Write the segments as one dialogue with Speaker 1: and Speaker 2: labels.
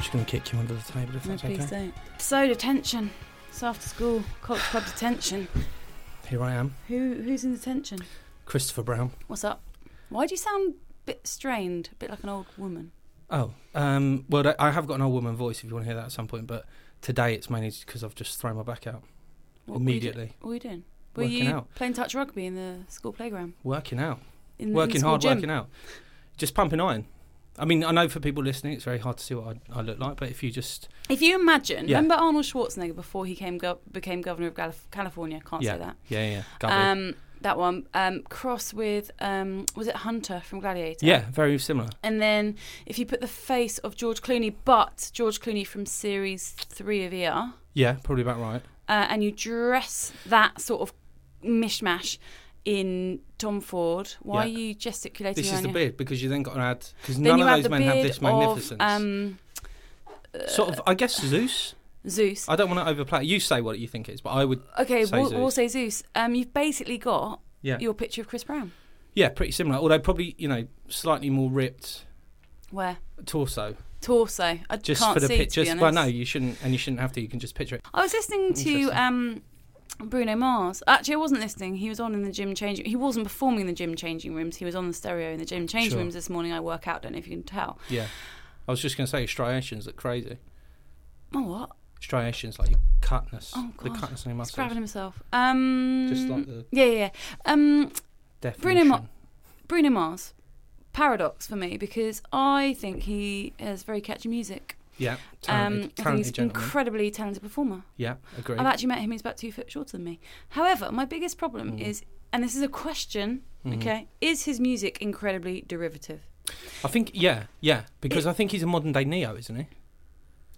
Speaker 1: She's gonna kick you under the table if
Speaker 2: No,
Speaker 1: that's
Speaker 2: please
Speaker 1: okay.
Speaker 2: don't. So detention. It's after school. Culture club detention.
Speaker 1: Here I am,
Speaker 2: Who who's in detention?
Speaker 1: Christopher Brown.
Speaker 2: What's up? Why do you sound a bit strained? A bit like an old woman.
Speaker 1: Oh, um, well, th- I have got an old woman voice if you want to hear that at some point, but today it's mainly because I've just thrown my back out
Speaker 2: What were you do-
Speaker 1: immediately.
Speaker 2: what were you doing? Were
Speaker 1: Working
Speaker 2: you
Speaker 1: out.
Speaker 2: playing touch rugby in the school playground?
Speaker 1: Working out,
Speaker 2: In the,
Speaker 1: working
Speaker 2: in the
Speaker 1: hard, working out, just pumping iron. I mean, I know for people listening, it's very hard to see what I, I look like, but if you just
Speaker 2: If you imagine,
Speaker 1: Yeah.
Speaker 2: remember Arnold Schwarzenegger before he came go- became governor of Galif- California. Can't
Speaker 1: yeah,
Speaker 2: say that.
Speaker 1: yeah, yeah, Gubby.
Speaker 2: Um, that one um, cross with um, was it Hunter from Gladiator?
Speaker 1: yeah, very similar.
Speaker 2: And then if you put the face of George Clooney, but George Clooney from series three of ER,
Speaker 1: Yeah, probably about right.
Speaker 2: uh, and you dress that sort of mishmash in Tom Ford,
Speaker 1: Yeah.
Speaker 2: why are you gesticulating?
Speaker 1: This is
Speaker 2: around
Speaker 1: the
Speaker 2: your-
Speaker 1: beard because you then got to add because
Speaker 2: Then
Speaker 1: none
Speaker 2: you
Speaker 1: of
Speaker 2: add
Speaker 1: those
Speaker 2: the
Speaker 1: men have
Speaker 2: beard
Speaker 1: this
Speaker 2: of,
Speaker 1: magnificence.
Speaker 2: um,
Speaker 1: sort of, I guess Zeus.
Speaker 2: Zeus.
Speaker 1: I don't want to overplay. You say what you think it is, but I would.
Speaker 2: okay,
Speaker 1: say
Speaker 2: we'll,
Speaker 1: Zeus.
Speaker 2: we'll say Zeus. Um, you've basically got
Speaker 1: Yeah.
Speaker 2: your picture of Chris Brown.
Speaker 1: Yeah, pretty similar. Although probably you know slightly more ripped
Speaker 2: Where
Speaker 1: torso.
Speaker 2: torso? I
Speaker 1: Just
Speaker 2: can't
Speaker 1: for the
Speaker 2: see.
Speaker 1: pictures.
Speaker 2: to be
Speaker 1: well,
Speaker 2: honest.
Speaker 1: no, you shouldn't, and you shouldn't have to. You can just picture it.
Speaker 2: I was listening to
Speaker 1: Interesting.
Speaker 2: um, Bruno Mars. Actually, I wasn't listening. He was on in the gym changing. He wasn't performing in the gym changing rooms. He was on the stereo in the gym changing
Speaker 1: Sure.
Speaker 2: rooms this morning. I work out. Don't know if you can tell.
Speaker 1: Yeah, I was just going to say striations look crazy.
Speaker 2: Oh what?
Speaker 1: Striations like your cutness,
Speaker 2: Oh
Speaker 1: the
Speaker 2: god.
Speaker 1: cutness on your
Speaker 2: He's grabbing
Speaker 1: muscles.
Speaker 2: himself. Um,
Speaker 1: Just like the-
Speaker 2: yeah, yeah. yeah. Um, Bruno
Speaker 1: Definition.
Speaker 2: Ma- Bruno Mars, paradox for me because I think he has very catchy music.
Speaker 1: Yeah, talented,
Speaker 2: um, I think
Speaker 1: talented
Speaker 2: he's an
Speaker 1: gentleman.
Speaker 2: incredibly talented performer.
Speaker 1: yeah, agree.
Speaker 2: I've actually met him. He's about two foot shorter than me. However, my biggest problem is, and this is a question, okay, is his music incredibly derivative?
Speaker 1: I think yeah, yeah, because I think he's a modern day Neo, isn't he?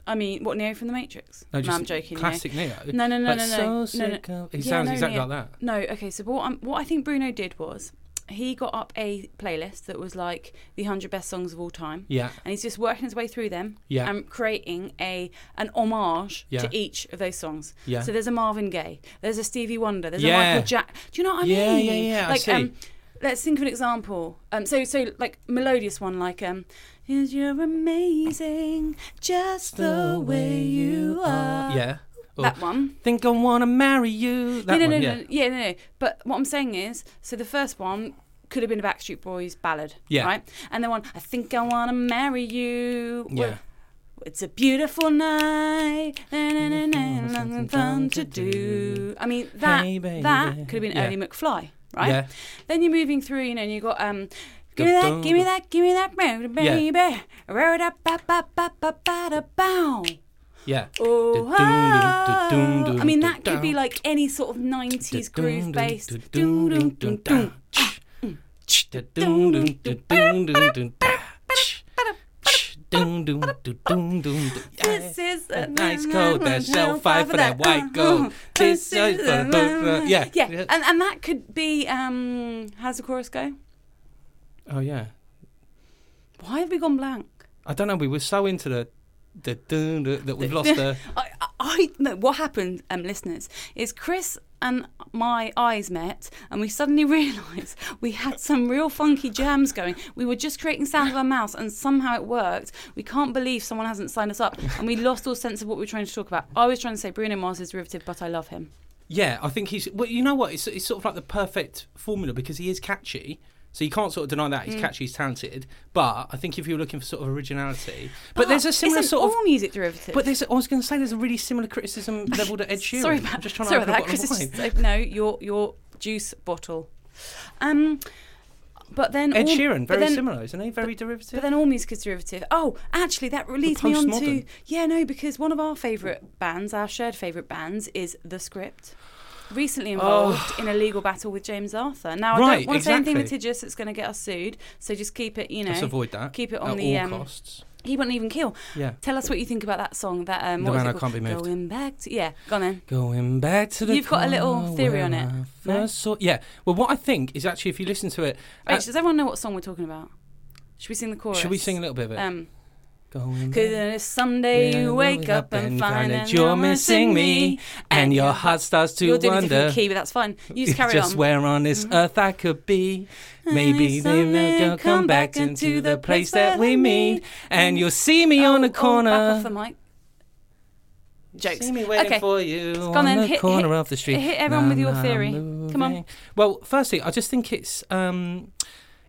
Speaker 2: I mean, what Neo from the Matrix? No,
Speaker 1: just
Speaker 2: I'm joking. Neo.
Speaker 1: Classic Neo.
Speaker 2: No, no, no,
Speaker 1: Like,
Speaker 2: no, no.
Speaker 1: So
Speaker 2: no,
Speaker 1: sick
Speaker 2: no.
Speaker 1: of- He
Speaker 2: Yeah,
Speaker 1: sounds
Speaker 2: no,
Speaker 1: exactly
Speaker 2: Neo.
Speaker 1: like that.
Speaker 2: No, okay. So what, i what I think Bruno did was he got up a playlist that was like the hundred best songs of all time.
Speaker 1: Yeah.
Speaker 2: And he's just working his way through them.
Speaker 1: Yeah.
Speaker 2: And creating a an homage
Speaker 1: Yeah.
Speaker 2: to each of those songs.
Speaker 1: Yeah.
Speaker 2: So there's a Marvin Gaye, there's a Stevie Wonder, there's a
Speaker 1: Yeah.
Speaker 2: Michael Jack. Do you know what I
Speaker 1: Yeah,
Speaker 2: mean?
Speaker 1: yeah, yeah, I
Speaker 2: Like
Speaker 1: see.
Speaker 2: um. Let's think of an example. Um, so, so like melodious one, like um, "Is you're amazing, just the way you are."
Speaker 1: Yeah. Or,
Speaker 2: Uh, that one.
Speaker 1: Think I wanna marry you. That
Speaker 2: no,
Speaker 1: one.
Speaker 2: no, no,
Speaker 1: yeah.
Speaker 2: no, yeah, no, no. But what I'm saying is, so the first one could have been a Backstreet Boys ballad,
Speaker 1: Yeah.
Speaker 2: right? And the one, I think I wanna marry you.
Speaker 1: Yeah.
Speaker 2: It's a beautiful night, na, na, na, na, nothing fun to do. I mean, that
Speaker 1: Hey, baby.
Speaker 2: that could have been
Speaker 1: Yeah.
Speaker 2: Ernie McFly, right?
Speaker 1: Yeah.
Speaker 2: Then you're moving through, you know, and you got um. Give me
Speaker 1: Dun,
Speaker 2: that, give me
Speaker 1: dun.
Speaker 2: that, give me that, road, baby. Road up, up, up, up, up, up, up, bow.
Speaker 1: Yeah.
Speaker 2: Oh,
Speaker 1: Du-dum-dum-dum-dum-dum-dum.
Speaker 2: I mean, that could be like any sort of 90s groove based. This is
Speaker 1: a nice coat that shall fight for that white gold. This is a- Yeah.
Speaker 2: Yeah, and, and that could be, um, how's the chorus go?
Speaker 1: Oh yeah.
Speaker 2: have we gone blank?
Speaker 1: I don't know. We were so into the the dun, dun, that we've lost the.
Speaker 2: I, I, I no, what happened, um, listeners, is Chris and my eyes met, and we suddenly realised we had some real funky jams going. We were just creating sound with our mouths, and somehow it worked. We can't believe someone hasn't signed us up, and we lost all sense of what we were trying to talk about. I was trying to say Bruno Mars is derivative, but I love him.
Speaker 1: Yeah, I think he's. Well, you know what? It's, it's sort of like the perfect formula because he is catchy. So you can't sort of deny that he's catchy, he's talented. But I think if you're looking for sort of originality, but, there's a similar
Speaker 2: isn't
Speaker 1: sort of
Speaker 2: all music derivative.
Speaker 1: But there's, I was going to say, there's a really similar criticism leveled at Ed Sheeran.
Speaker 2: sorry about,
Speaker 1: I'm just trying
Speaker 2: sorry
Speaker 1: to open
Speaker 2: about
Speaker 1: a
Speaker 2: that. Chris
Speaker 1: bottle
Speaker 2: is
Speaker 1: of wine.
Speaker 2: just like, no, your your juice bottle. Um, but then
Speaker 1: Ed
Speaker 2: all-
Speaker 1: Sheeran, very
Speaker 2: but then-
Speaker 1: similar, isn't he? Very derivative.
Speaker 2: But then all music is derivative. Oh, actually, that leads me on to
Speaker 1: postmodern.
Speaker 2: yeah, no, because one of our favourite bands, our shared favourite bands, is The Script. Recently involved in a legal battle with James Arthur. Now I don't
Speaker 1: Oh. Right,
Speaker 2: want to say anything
Speaker 1: exactly.
Speaker 2: litigious that's going to get us sued, so just keep it, you know,
Speaker 1: Let's avoid that.
Speaker 2: Keep it
Speaker 1: at
Speaker 2: on
Speaker 1: all
Speaker 2: the um,
Speaker 1: costs.
Speaker 2: He wouldn't even kill.
Speaker 1: Yeah.
Speaker 2: Tell us what you think about that song. That um,
Speaker 1: The
Speaker 2: what is
Speaker 1: Man
Speaker 2: it
Speaker 1: I Can't
Speaker 2: called?
Speaker 1: Be Moved.
Speaker 2: Going back to yeah, go on then.
Speaker 1: Going back to the
Speaker 2: You've got a little
Speaker 1: car
Speaker 2: theory on
Speaker 1: where
Speaker 2: it,
Speaker 1: I
Speaker 2: no?
Speaker 1: first saw- yeah. Well, what I think is actually, if you listen to it,
Speaker 2: Wait,
Speaker 1: uh,
Speaker 2: does everyone know what song we're talking about? Should we sing the chorus?
Speaker 1: should we sing a little bit of it?
Speaker 2: Um,
Speaker 1: Going
Speaker 2: Cause
Speaker 1: back-
Speaker 2: then if someday
Speaker 1: Yeah,
Speaker 2: you wake up and find that you're missing me,
Speaker 1: and your heart starts to
Speaker 2: you're doing a
Speaker 1: wonder.
Speaker 2: different key, but that's fine. You just carry
Speaker 1: just
Speaker 2: on. Mm-hmm.
Speaker 1: where on this earth I could be.
Speaker 2: And
Speaker 1: Maybe
Speaker 2: if
Speaker 1: then
Speaker 2: someday
Speaker 1: they'll come back into the place that we meet, and you'll see me on
Speaker 2: Oh,
Speaker 1: the
Speaker 2: oh,
Speaker 1: corner.
Speaker 2: back off the mic. Jokes.
Speaker 1: See me waiting
Speaker 2: okay.
Speaker 1: for you
Speaker 2: Go
Speaker 1: on
Speaker 2: then,
Speaker 1: the
Speaker 2: hit-
Speaker 1: corner
Speaker 2: hit-
Speaker 1: of the street.
Speaker 2: Hit everyone with your
Speaker 1: And I'm
Speaker 2: theory. Come on.
Speaker 1: moving. Well, firstly, I just think it's. Um,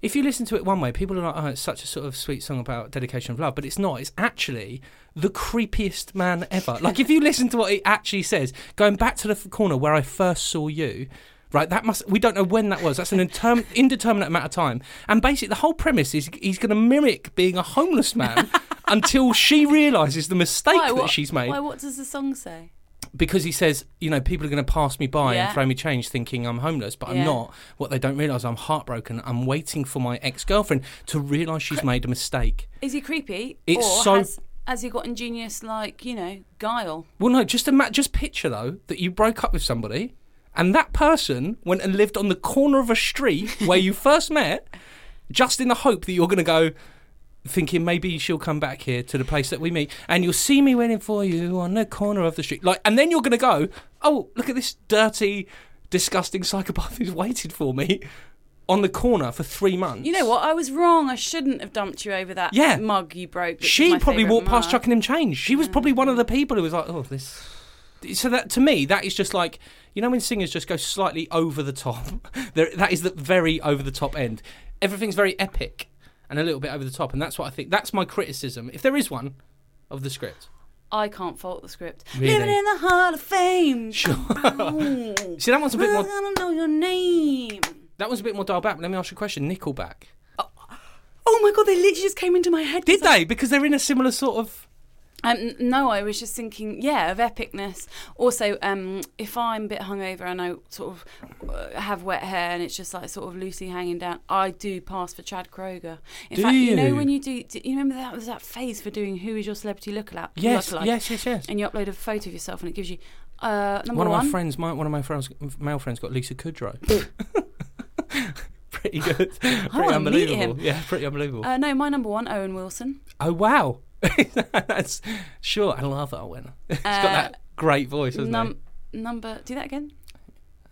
Speaker 1: if you listen to it one way, people are like, "Oh, it's such a sort of sweet song about dedication of love," but it's not. It's actually the creepiest man ever. like, if you listen to what it actually says, going back to the f- corner where I first saw you. Right, that must. We don't know when that was. That's an interm- indeterminate amount of time. And basically, the whole premise is he's going to mimic being a homeless man until she realizes the mistake
Speaker 2: Why,
Speaker 1: that
Speaker 2: what,
Speaker 1: she's made
Speaker 2: Why? What does the song say?
Speaker 1: because he says, you know, people are going to pass me by
Speaker 2: Yeah.
Speaker 1: and throw me change, thinking I'm homeless, but
Speaker 2: Yeah.
Speaker 1: I'm not. What they don't realise, I'm heartbroken. I'm waiting for my ex girlfriend to realise she's made a mistake.
Speaker 2: Is he creepy?
Speaker 1: It's
Speaker 2: or
Speaker 1: so-
Speaker 2: has, has he got ingenious, like you know, guile?
Speaker 1: Well, no, just ima- just picture though that you broke up with somebody, and that person went and lived on the corner of a street where you first met, just in the hope that you're going to go. Thinking maybe she'll come back here to the place that we meet, and you'll see me waiting for you on the corner of the street. Like, and then you're going to go, "Oh, look at this dirty, disgusting psychopath who's waited for me on the corner for three months."
Speaker 2: You know what? I was wrong. I shouldn't have dumped you over that
Speaker 1: Yeah.
Speaker 2: mug you broke. which is
Speaker 1: she
Speaker 2: my
Speaker 1: probably
Speaker 2: favourite Mm.
Speaker 1: walked past
Speaker 2: mug.
Speaker 1: chucking him change. She was probably one of the people who was like, "Oh, this." So that to me, that is just like you know when singers just go slightly over the top. There, that is the very over the top end. Everything's very epic and a little bit over the top, and that's what I think. That's my criticism, if there is one, of the script.
Speaker 2: I can't fault the script.
Speaker 1: Really?
Speaker 2: Living in the Hall of Fame. Sure.
Speaker 1: See, that one's a bit
Speaker 2: We're
Speaker 1: more.
Speaker 2: gonna know your name.
Speaker 1: That one's a bit more dialed back. But let me ask you a question. Nickelback,
Speaker 2: Oh my god, they literally just came into my head.
Speaker 1: did
Speaker 2: 'cause I-
Speaker 1: they? Because they're in a similar sort of.
Speaker 2: Um, n- no, I was just thinking, yeah, of epicness. Also, um, if I'm a bit hungover and I sort of uh, have wet hair and it's just like sort of loosely hanging down, I do pass for Chad Kroger. In
Speaker 1: Do
Speaker 2: fact, you? know
Speaker 1: you?
Speaker 2: when you do, do, you remember that was that phase for doing who is your celebrity lookalike?
Speaker 1: Yes,
Speaker 2: lookalike?
Speaker 1: yes, yes, yes.
Speaker 2: And you upload a photo of yourself and it gives you uh, number
Speaker 1: One
Speaker 2: one.
Speaker 1: of my friends, my, one of my friends, male friends, got Lisa Kudrow. pretty good. pretty
Speaker 2: wanna meet
Speaker 1: unbelievable.
Speaker 2: him.
Speaker 1: Yeah, pretty unbelievable.
Speaker 2: uh, no, my number one, Owen Wilson.
Speaker 1: oh wow, that's sure. I love Owen. He's got that great voice, hasn't
Speaker 2: Uh, Num- number, do that again.
Speaker 1: he?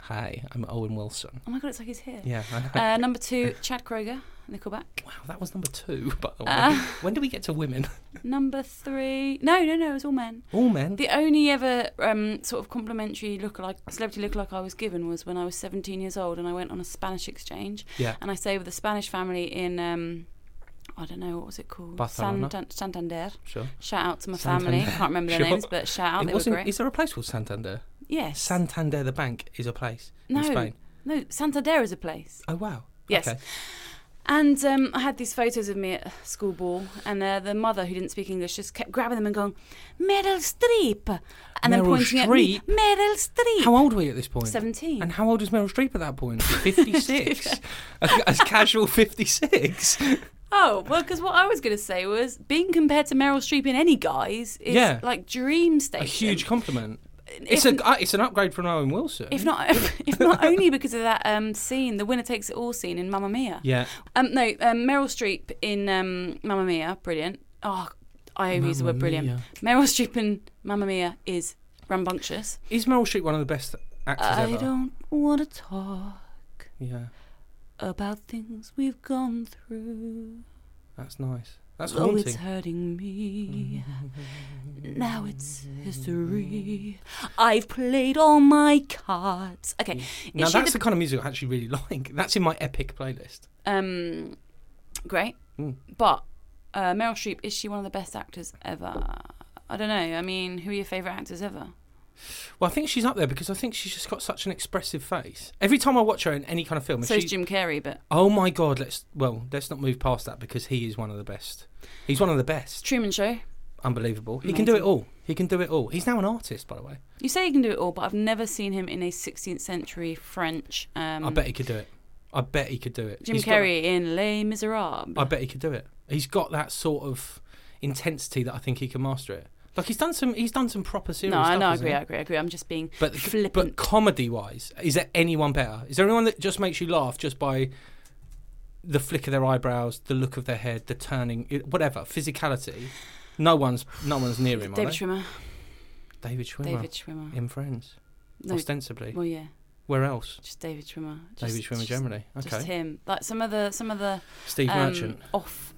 Speaker 1: Hi, I'm Owen Wilson.
Speaker 2: Oh my god, it's like he's here.
Speaker 1: Yeah, I know.
Speaker 2: Uh, number two, Chad Kroger, Nickelback.
Speaker 1: wow, that was number two. By the way,
Speaker 2: uh,
Speaker 1: when do we get to women?
Speaker 2: Number three, no, no, no, it was all men.
Speaker 1: All men.
Speaker 2: The only ever um, sort of complimentary lookalike, celebrity lookalike I was given was when I was 17 years old and I went on a Spanish exchange.
Speaker 1: Yeah.
Speaker 2: And I stayed with a Spanish family in, um, I don't know, what was it called?
Speaker 1: Barcelona.
Speaker 2: Santan- Santander.
Speaker 1: Sure.
Speaker 2: Shout out to my family.
Speaker 1: Santander.
Speaker 2: Can't remember their
Speaker 1: Sure.
Speaker 2: names, but shout out.
Speaker 1: It
Speaker 2: they were
Speaker 1: wasn't-
Speaker 2: great.
Speaker 1: Is there a place called Santander?
Speaker 2: yes.
Speaker 1: Santander, the bank, is a place
Speaker 2: no,
Speaker 1: in Spain.
Speaker 2: no, Santander is a place.
Speaker 1: Oh wow.
Speaker 2: Yes.
Speaker 1: Okay.
Speaker 2: And um, I had these photos of me at school ball, and uh, the mother who didn't speak English just kept grabbing them and going, Meryl Streep, and then
Speaker 1: Meryl
Speaker 2: pointing at me,
Speaker 1: Streep?
Speaker 2: Meryl Streep.
Speaker 1: How old were you at this point?
Speaker 2: 17.
Speaker 1: And how old was Meryl Streep at that point? 56. a, a casual 56.
Speaker 2: Oh, well, because what I was going to say was being compared to Meryl Streep in any guise is
Speaker 1: Yeah.
Speaker 2: like dream
Speaker 1: A
Speaker 2: station.
Speaker 1: huge compliment. It's
Speaker 2: if,
Speaker 1: a uh, it's an upgrade from Owen Wilson.
Speaker 2: if not if not only because of that um, scene, the winner takes it all scene in Mamma Mia.
Speaker 1: yeah,
Speaker 2: Um, no, um, Meryl Streep in um, Mamma Mia, brilliant. Oh, I always use the word
Speaker 1: Mamma
Speaker 2: brilliant.
Speaker 1: Mia.
Speaker 2: Meryl Streep in Mamma Mia is rambunctious.
Speaker 1: is Meryl Streep one of the best actors
Speaker 2: I
Speaker 1: ever?
Speaker 2: don't want to talk
Speaker 1: Yeah,
Speaker 2: about things we've gone through.
Speaker 1: that's nice. That's
Speaker 2: Though
Speaker 1: haunting.
Speaker 2: Oh, it's hurting me. Now it's history. I've played all my cards. Okay. it
Speaker 1: Mm. Now that's
Speaker 2: should have-
Speaker 1: the kind of music I actually really like. That's in my epic playlist.
Speaker 2: um, great.
Speaker 1: Mm.
Speaker 2: But uh, Meryl Streep is she one of the best actors ever? I don't know. I mean, who are your favourite actors ever?
Speaker 1: Well, I think she's up there because I think she's just got such an expressive face. Every time I watch her in any kind of film, if
Speaker 2: So
Speaker 1: she-
Speaker 2: is Jim Carrey, but
Speaker 1: oh my god, let's well, let's not move past that because he is one of the best. He's one of the best.
Speaker 2: Truman Show.
Speaker 1: Unbelievable. He can do it all. He can do it all. He's now an artist, by the way.
Speaker 2: You say he can do it all, but I've never seen him in a 16th century French. Um,
Speaker 1: I bet he could do it. I bet he could do it.
Speaker 2: Jim
Speaker 1: He's got
Speaker 2: Carrey in Les Miserables.
Speaker 1: that- I bet he could do it. He's got that sort of intensity that I think he can master it. Like he's done some. He's done some proper serious.
Speaker 2: no, I
Speaker 1: stuff,
Speaker 2: know, I
Speaker 1: hasn't
Speaker 2: agree,
Speaker 1: he?
Speaker 2: I agree, I agree. I'm just being
Speaker 1: But but
Speaker 2: flippant.
Speaker 1: comedy wise, is there anyone better? Is there anyone that just makes you laugh just by the flick of their eyebrows, the look of their head, the turning, i- whatever physicality? No one's no one's near him. are
Speaker 2: David
Speaker 1: they?
Speaker 2: Schwimmer.
Speaker 1: David Schwimmer.
Speaker 2: David Schwimmer.
Speaker 1: in Friends,
Speaker 2: No,
Speaker 1: ostensibly.
Speaker 2: well, yeah,
Speaker 1: Where else?
Speaker 2: just David Schwimmer. Just,
Speaker 1: David Schwimmer
Speaker 2: just-
Speaker 1: generally. Okay.
Speaker 2: Just him. Like some of the some of the
Speaker 1: Steve
Speaker 2: um,
Speaker 1: Merchant.
Speaker 2: off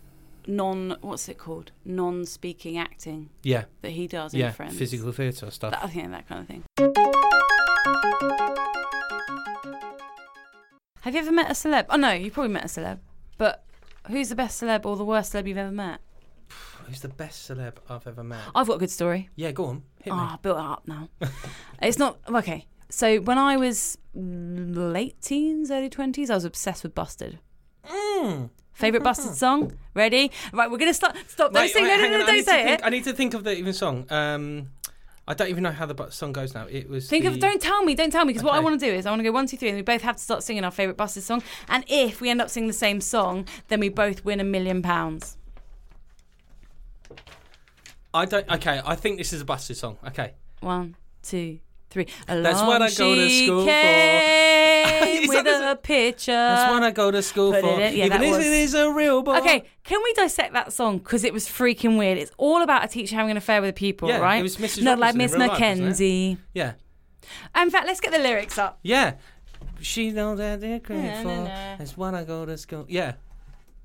Speaker 2: non what's it called non speaking acting
Speaker 1: Yeah,
Speaker 2: that he does
Speaker 1: yeah.
Speaker 2: in Friends.
Speaker 1: Physical theatre stuff.
Speaker 2: That, I think that kind of thing. Have you ever met a celeb? Oh no, you probably met a celeb. But who's the best celeb or the worst celeb you've ever met?
Speaker 1: Who's the best celeb I've ever met?
Speaker 2: I've got a good story.
Speaker 1: Yeah, go on. Hit
Speaker 2: Ah, built it up now. it's not okay. So when I was late teens, early twenties, I was obsessed with Busted.
Speaker 1: Mm.
Speaker 2: Favorite Busted song? Ready? Right, we're gonna start. Stop! Don't
Speaker 1: Wait,
Speaker 2: say
Speaker 1: wait,
Speaker 2: no, no,
Speaker 1: hang
Speaker 2: no,
Speaker 1: on,
Speaker 2: no,
Speaker 1: I need
Speaker 2: don't
Speaker 1: to
Speaker 2: say
Speaker 1: think-
Speaker 2: it.
Speaker 1: I need to think of the even song. Um, I don't even know how the bu- song goes now. It was.
Speaker 2: Think
Speaker 1: the,
Speaker 2: of don't tell me, don't tell me, because what I
Speaker 1: Okay.
Speaker 2: want to do is I want to go one, two, three, and we both have to start singing our favorite Busted song. And if we end up singing the same song, then we both win a million pounds.
Speaker 1: I don't. Okay, I think this is a busted song. Okay.
Speaker 2: One, two, three.
Speaker 1: That's what
Speaker 2: Along
Speaker 1: I go to
Speaker 2: she
Speaker 1: school for.
Speaker 2: came
Speaker 1: Is
Speaker 2: with
Speaker 1: that-
Speaker 2: a picture.
Speaker 1: That's what I go to school
Speaker 2: Uh, put
Speaker 1: for.
Speaker 2: it in- yeah,
Speaker 1: Even
Speaker 2: that
Speaker 1: if
Speaker 2: was-
Speaker 1: it is a real boy.
Speaker 2: Okay, can we dissect that song? Because it was freaking weird. It's all about a teacher having an affair with a pupil,
Speaker 1: Yeah,
Speaker 2: right?
Speaker 1: it was Mrs.
Speaker 2: Not like
Speaker 1: Robinson in
Speaker 2: Miss
Speaker 1: real life, wasn't it?
Speaker 2: Mackenzie.
Speaker 1: Yeah.
Speaker 2: In fact, let's get the lyrics up.
Speaker 1: Yeah. She knows that they're great
Speaker 2: Na, na,
Speaker 1: for.
Speaker 2: na.
Speaker 1: That's what I go to school. Yeah.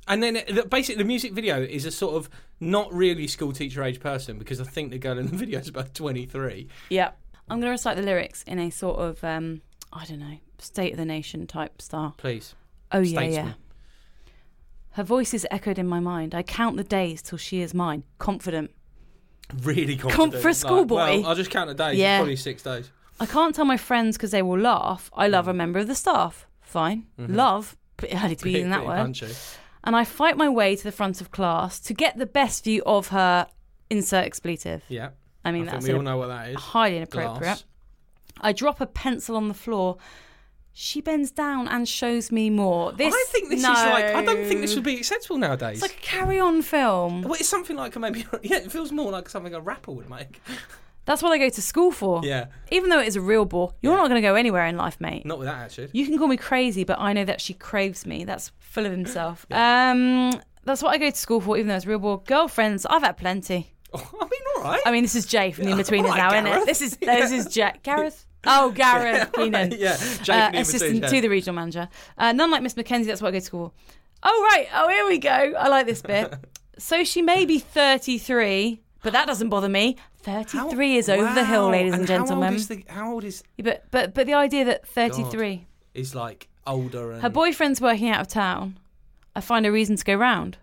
Speaker 1: And then it, the, basically, the music video is a sort of not really school teacher age person because I think the girl in the video is about 23.
Speaker 2: Yeah. I'm going to recite the lyrics in a sort of, um, I don't know, State of the Nation type style.
Speaker 1: Please.
Speaker 2: Oh, yeah,
Speaker 1: Statesman.
Speaker 2: yeah. Her voice is echoed in my mind. I count the days till she is mine. Confident.
Speaker 1: Really confident.
Speaker 2: Comp for a schoolboy.
Speaker 1: well, I'll just count the days. Yeah.
Speaker 2: Yeah.
Speaker 1: Probably six days.
Speaker 2: I can't tell my friends because they will laugh. I
Speaker 1: Hmm.
Speaker 2: love a member of the staff. Fine. Love. Pretty early to be using that
Speaker 1: Pretty
Speaker 2: word.
Speaker 1: Mm-hmm. punchy.
Speaker 2: and I fight my way to the front of class to get the best view of her insert expletive.
Speaker 1: Yeah.
Speaker 2: I mean,
Speaker 1: I think
Speaker 2: that's
Speaker 1: we all
Speaker 2: in-
Speaker 1: know what that is.
Speaker 2: highly inappropriate.
Speaker 1: Glass.
Speaker 2: I drop a pencil on the floor. She bends down and shows me more. This,
Speaker 1: I think this
Speaker 2: no.
Speaker 1: is like I don't think this would be acceptable nowadays.
Speaker 2: It's like a carry-on film.
Speaker 1: well, it's something like a maybe yeah, it feels more like something a rapper would make.
Speaker 2: That's what I go to school for.
Speaker 1: Yeah.
Speaker 2: Even though it is a real bore, you're not going to go anywhere in life, mate.
Speaker 1: Not with that attitude.
Speaker 2: You can call me crazy, but I know that she craves me. That's full of himself. Um, that's what I go to school for, even though it's real bore. Girlfriends, I've had plenty.
Speaker 1: I mean, all right.
Speaker 2: I mean, this is Jay from the Inbetweeners
Speaker 1: Alright,
Speaker 2: now, isn't
Speaker 1: Oh Gareth.
Speaker 2: it? This is this is Jack Gareth. Oh, Gareth Keenan.
Speaker 1: yeah, Jay
Speaker 2: Uh,
Speaker 1: from the
Speaker 2: assistant
Speaker 1: Inbetweeners,
Speaker 2: to
Speaker 1: yeah.
Speaker 2: the regional manager. Uh, none like Miss Mackenzie. That's what I go to school. Oh right. Oh here we go. I like this bit. so she may be thirty-three, but that doesn't bother me.
Speaker 1: How-
Speaker 2: Thirty-three is over the hill,
Speaker 1: Wow,
Speaker 2: ladies and,
Speaker 1: how old
Speaker 2: gentlemen.
Speaker 1: is the- How old is
Speaker 2: But but but the idea that thirty-three,
Speaker 1: is like older and
Speaker 2: her boyfriend's working out of town. I find a reason to go round.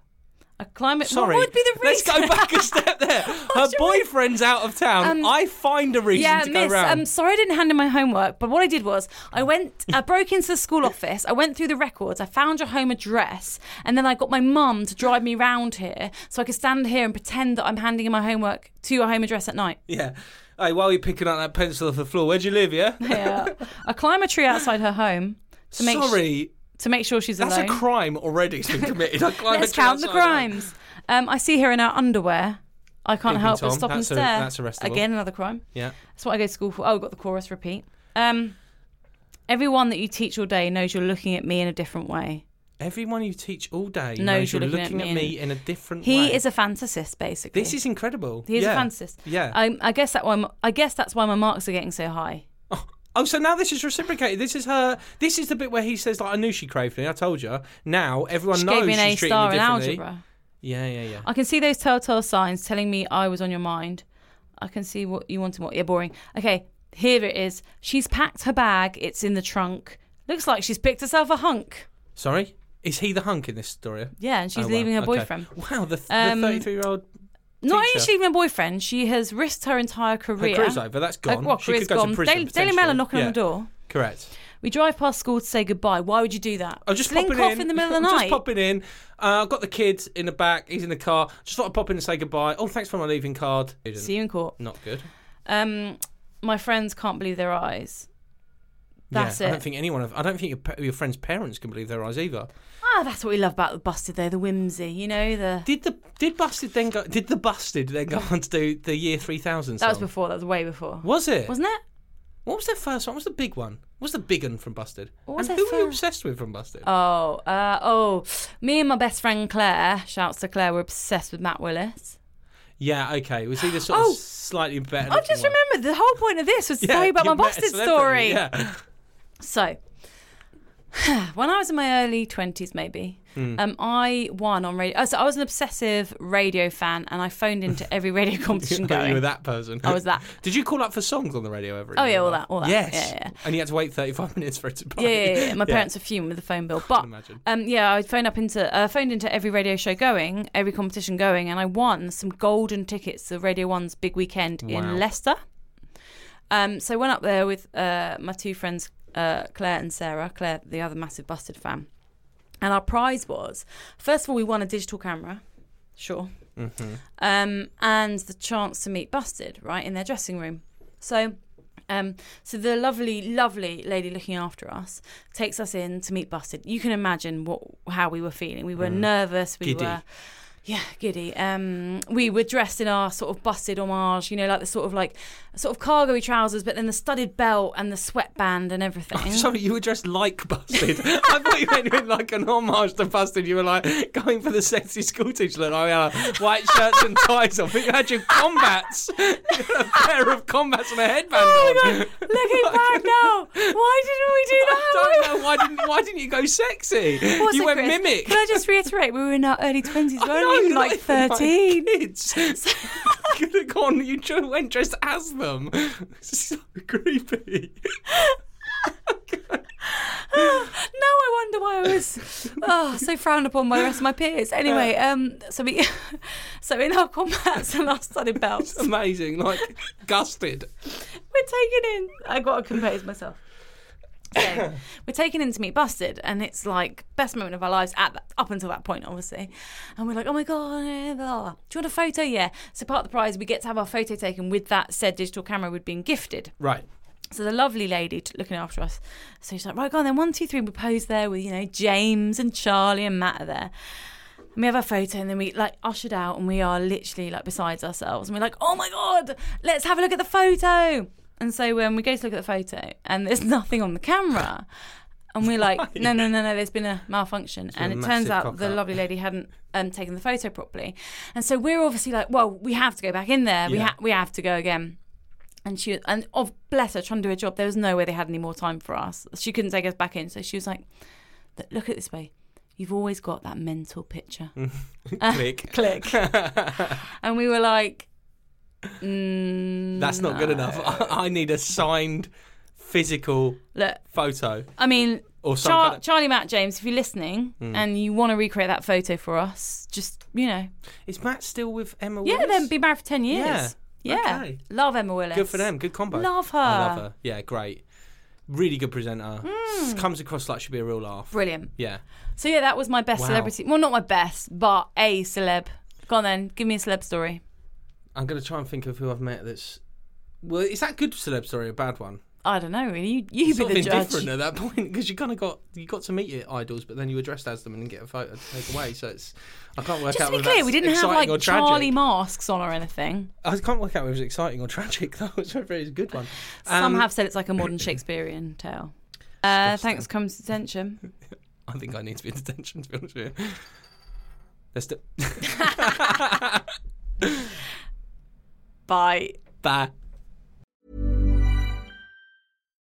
Speaker 2: I climb it.
Speaker 1: Sorry,
Speaker 2: What would be the
Speaker 1: Let's
Speaker 2: reason?
Speaker 1: go back a step there. Her boyfriend's out of town.
Speaker 2: Um,
Speaker 1: I find a reason
Speaker 2: Yeah,
Speaker 1: to
Speaker 2: miss, um,
Speaker 1: go round.
Speaker 2: I'm sorry I didn't hand in my homework, but what I did was I went, I broke into the school office, I went through the records, I found your home address, and then I got my mum to drive me round here so I could stand here and pretend that I'm handing in my homework to your home address at night.
Speaker 1: yeah. Hey, while you're picking up that pencil off the floor, where'd you live? Yeah.
Speaker 2: Yeah. I climb a tree outside her home to make
Speaker 1: Sorry,
Speaker 2: to make sure she's
Speaker 1: that's
Speaker 2: alone.
Speaker 1: a crime already. It's been committed. I climb a
Speaker 2: Let's
Speaker 1: tree
Speaker 2: count the
Speaker 1: outside.
Speaker 2: crimes. Um, I see her in her underwear. I can't
Speaker 1: Peeping
Speaker 2: help but
Speaker 1: Tom,
Speaker 2: stop
Speaker 1: that's a-
Speaker 2: and stare.
Speaker 1: that's arrestable.
Speaker 2: Again, another crime.
Speaker 1: Yeah.
Speaker 2: That's what I go to school for. Oh, I've got the chorus repeat. Um, everyone that you teach all day knows you're looking at me in a different way.
Speaker 1: Everyone you teach all day
Speaker 2: No,
Speaker 1: knows
Speaker 2: you're
Speaker 1: you're looking,
Speaker 2: looking
Speaker 1: at,
Speaker 2: at
Speaker 1: me,
Speaker 2: me
Speaker 1: in a different way.
Speaker 2: He is a fantasist, basically.
Speaker 1: This is incredible.
Speaker 2: He is
Speaker 1: yeah.
Speaker 2: a fantasist.
Speaker 1: Yeah.
Speaker 2: I, I guess that one. I guess that's why my marks are getting so high.
Speaker 1: Oh, oh, so now this is reciprocated. This is her. This is the bit where he says, "Like I knew she craved me. I told you." Now everyone
Speaker 2: She
Speaker 1: knows
Speaker 2: gave me an A
Speaker 1: she's treating you
Speaker 2: star in
Speaker 1: differently.
Speaker 2: algebra.
Speaker 1: Yeah, yeah, yeah.
Speaker 2: I can see those telltale signs telling me I was on your mind. I can see what you want and what you're boring. Okay, here it is. She's packed her bag. It's in the trunk. Looks like she's picked herself a hunk.
Speaker 1: Sorry, is he the hunk in this story?
Speaker 2: Yeah, and she's
Speaker 1: Oh, wow,
Speaker 2: leaving her
Speaker 1: okay.
Speaker 2: boyfriend.
Speaker 1: Wow, the
Speaker 2: Um,
Speaker 1: thirty-three-year-old.
Speaker 2: Not only
Speaker 1: teacher.
Speaker 2: is she leaving her boyfriend, she has risked her entire
Speaker 1: Her
Speaker 2: career.
Speaker 1: career's over. That's
Speaker 2: Her
Speaker 1: gone.
Speaker 2: well,
Speaker 1: she could
Speaker 2: career's
Speaker 1: go
Speaker 2: gone.
Speaker 1: to prison.
Speaker 2: Daily, Daily Mail
Speaker 1: potentially.
Speaker 2: are knocking
Speaker 1: Yeah,
Speaker 2: on the door.
Speaker 1: Correct.
Speaker 2: We drive past school to say goodbye. Why would you do that?
Speaker 1: I'm Oh, just
Speaker 2: Slink
Speaker 1: popping
Speaker 2: off
Speaker 1: in.
Speaker 2: in. the middle of the
Speaker 1: I'm
Speaker 2: night.
Speaker 1: Just popping in. Uh, I've got the kid in the back. He's in the car. Just thought I'd pop in and say goodbye. Oh, thanks for my leaving card.
Speaker 2: See you in court.
Speaker 1: Not good.
Speaker 2: Um, my friends can't believe their eyes. That's
Speaker 1: yeah, I
Speaker 2: it.
Speaker 1: don't think anyone. Of, I don't think your, pa- your friend's parents can believe their eyes either.
Speaker 2: Ah, that's what we love about the busted though, the whimsy, you know, the
Speaker 1: Did the did busted then go? Did the busted then go on to do the year three thousand?
Speaker 2: That was before, that was way before.
Speaker 1: Was it?
Speaker 2: Wasn't it?
Speaker 1: What was their first one? What was the big one? What was the big one from Busted?
Speaker 2: What was
Speaker 1: and who
Speaker 2: their
Speaker 1: were you
Speaker 2: fir-
Speaker 1: obsessed with from Busted?
Speaker 2: Oh, uh, oh, me and my best friend Claire, shouts to Claire, we're obsessed with Matt Willis.
Speaker 1: yeah, okay. Was he the sort
Speaker 2: Oh!
Speaker 1: of slightly better?
Speaker 2: I just
Speaker 1: looking one?
Speaker 2: remembered the whole point of this was to tell you about my
Speaker 1: met a
Speaker 2: busted
Speaker 1: celebrity,
Speaker 2: story.
Speaker 1: Yeah.
Speaker 2: So, when I was in my early 20s, maybe,
Speaker 1: Hmm.
Speaker 2: um, I won on radio. Oh, so I was an obsessive radio fan and I phoned into every radio competition
Speaker 1: Oh, you were
Speaker 2: going.
Speaker 1: that person.
Speaker 2: I was that.
Speaker 1: Did you call up for songs on the radio ever?
Speaker 2: Oh, yeah, all that, all that.
Speaker 1: Yes.
Speaker 2: Yeah, yeah.
Speaker 1: And you had to wait 35 minutes for it to play.
Speaker 2: Yeah, yeah, yeah, yeah. My parents were fuming with the phone bill, but
Speaker 1: imagine.
Speaker 2: um, yeah, I phoned up into uh, phoned into every radio show going, every competition going, and I won some golden tickets to Radio One's big weekend
Speaker 1: Wow.
Speaker 2: in Leicester. Um, so I went up there with uh, my two friends, uh, Claire and Sarah. Claire, the other massive Busted fan, and our prize was first of all we won a digital camera, sure, um, and the chance to meet Busted right in their dressing room. So. Um, so the lovely, lovely lady looking after us takes us in to meet Busted. You can imagine what how we were feeling. We were nervous. We
Speaker 1: Mm-hmm. Giddy.
Speaker 2: were. Yeah, giddy. Um, we were dressed in our sort of busted homage, you know, like the sort of like sort of cargo trousers, but then the studded belt and the sweatband and everything.
Speaker 1: Sorry, you were dressed like Busted. I thought you meant you were like an homage to Busted. You were like going for the sexy school teacher look. I had white shirts and ties on, but you had your combats, you had a pair of combats and a headband.
Speaker 2: Oh my
Speaker 1: on.
Speaker 2: god! Looking back now, why didn't we do that?
Speaker 1: I don't know why didn't why didn't you go sexy?
Speaker 2: What's
Speaker 1: you
Speaker 2: it,
Speaker 1: went
Speaker 2: Chris?
Speaker 1: mimic.
Speaker 2: Can I just reiterate? We were in our early twenties.
Speaker 1: I
Speaker 2: We were
Speaker 1: know,
Speaker 2: only
Speaker 1: you're
Speaker 2: like
Speaker 1: not even
Speaker 2: thirteen.
Speaker 1: kids. you could have gone. You ju- went dressed as them. So creepy.
Speaker 2: now I wonder why I was oh, so frowned upon by the rest of my peers. Anyway, um, so we, so in our combats and our studded belts, we're
Speaker 1: Amazing, like gusted.
Speaker 2: taken in. I got to compose myself. So, we're taken in to meet Busted, and it's like best moment of our lives at that, up until that point, obviously. And we're like, oh my god, eh, blah, blah. do you want a photo? Yeah. So part of the prize, we get to have our photo taken with that said digital camera we'd been gifted.
Speaker 1: Right.
Speaker 2: So the lovely lady t- looking after us. So she's like, right, go on then. One, two, three. We pose there with you know James and Charlie and Matt are there. And we have our photo, and then we like ushered out, and we are literally like besides ourselves. And we're like, oh my god, let's have a look at the photo. And so when we go to look at the photo, and there's nothing on the camera, and we're like, no, no, no, no, there's been a malfunction. and
Speaker 1: a
Speaker 2: it turns
Speaker 1: massive
Speaker 2: out
Speaker 1: cock
Speaker 2: the
Speaker 1: up.
Speaker 2: lovely lady hadn't um, taken the photo properly. And so we're obviously like, well, we have to go back in there. We
Speaker 1: Yeah.
Speaker 2: ha- we have to go again. And she and oh bless her, trying to do her job. There was no way they had any more time for us. She couldn't take us back in, so she was like, "Look- "Look at it this way. You've always got that mental picture."
Speaker 1: Mm. Click.
Speaker 2: Click. and we were like, mm,
Speaker 1: That's not good enough. I, I need a signed physical
Speaker 2: "Look,
Speaker 1: photo.
Speaker 2: I mean,
Speaker 1: Or some
Speaker 2: Char-
Speaker 1: kind of- Mm.
Speaker 2: Charlie, Matt, James, if you're listening and you want to recreate that photo for us, just you know,
Speaker 1: Is Matt still with Emma?
Speaker 2: yeah,
Speaker 1: Willis?
Speaker 2: then be married for ten years.
Speaker 1: Yeah.
Speaker 2: Yeah,
Speaker 1: Okay.
Speaker 2: love Emma Willis.
Speaker 1: Good for them. Good combo.
Speaker 2: Love her.
Speaker 1: I love her. Yeah, great. Really good presenter.
Speaker 3: Hmm.
Speaker 1: S- Comes across like she'd be a real laugh.
Speaker 2: Brilliant.
Speaker 1: Yeah.
Speaker 2: So yeah, that was my best
Speaker 1: Wow.
Speaker 2: celebrity. Well, not my best, but a celeb. Go on then, give me a celeb story.
Speaker 1: I'm going to try and think of who I've met that's. Well, is that good celeb story or a bad one?
Speaker 3: I don't know. Really, you, you be
Speaker 1: sort
Speaker 3: the
Speaker 1: of
Speaker 3: judge.
Speaker 1: indifferent at that point because you kind of got you got to meet your idols, but then you were dressed as them and didn't get a photo to take away. So it's I can't work
Speaker 3: Just to
Speaker 1: out.
Speaker 3: be
Speaker 1: whether
Speaker 3: clear,
Speaker 1: that's
Speaker 3: we didn't have
Speaker 1: exciting or
Speaker 3: like
Speaker 1: tragic.
Speaker 3: Charlie masks on or anything.
Speaker 1: I can't work out whether it was exciting or tragic. though. it's a very good one.
Speaker 3: Some
Speaker 1: Um,
Speaker 3: have said it's like a modern Shakespearean tale. Uh, thanks, comes attention.
Speaker 1: I think I need to be in detention to be honest with you. Let's do.
Speaker 3: Bye.
Speaker 1: Bye.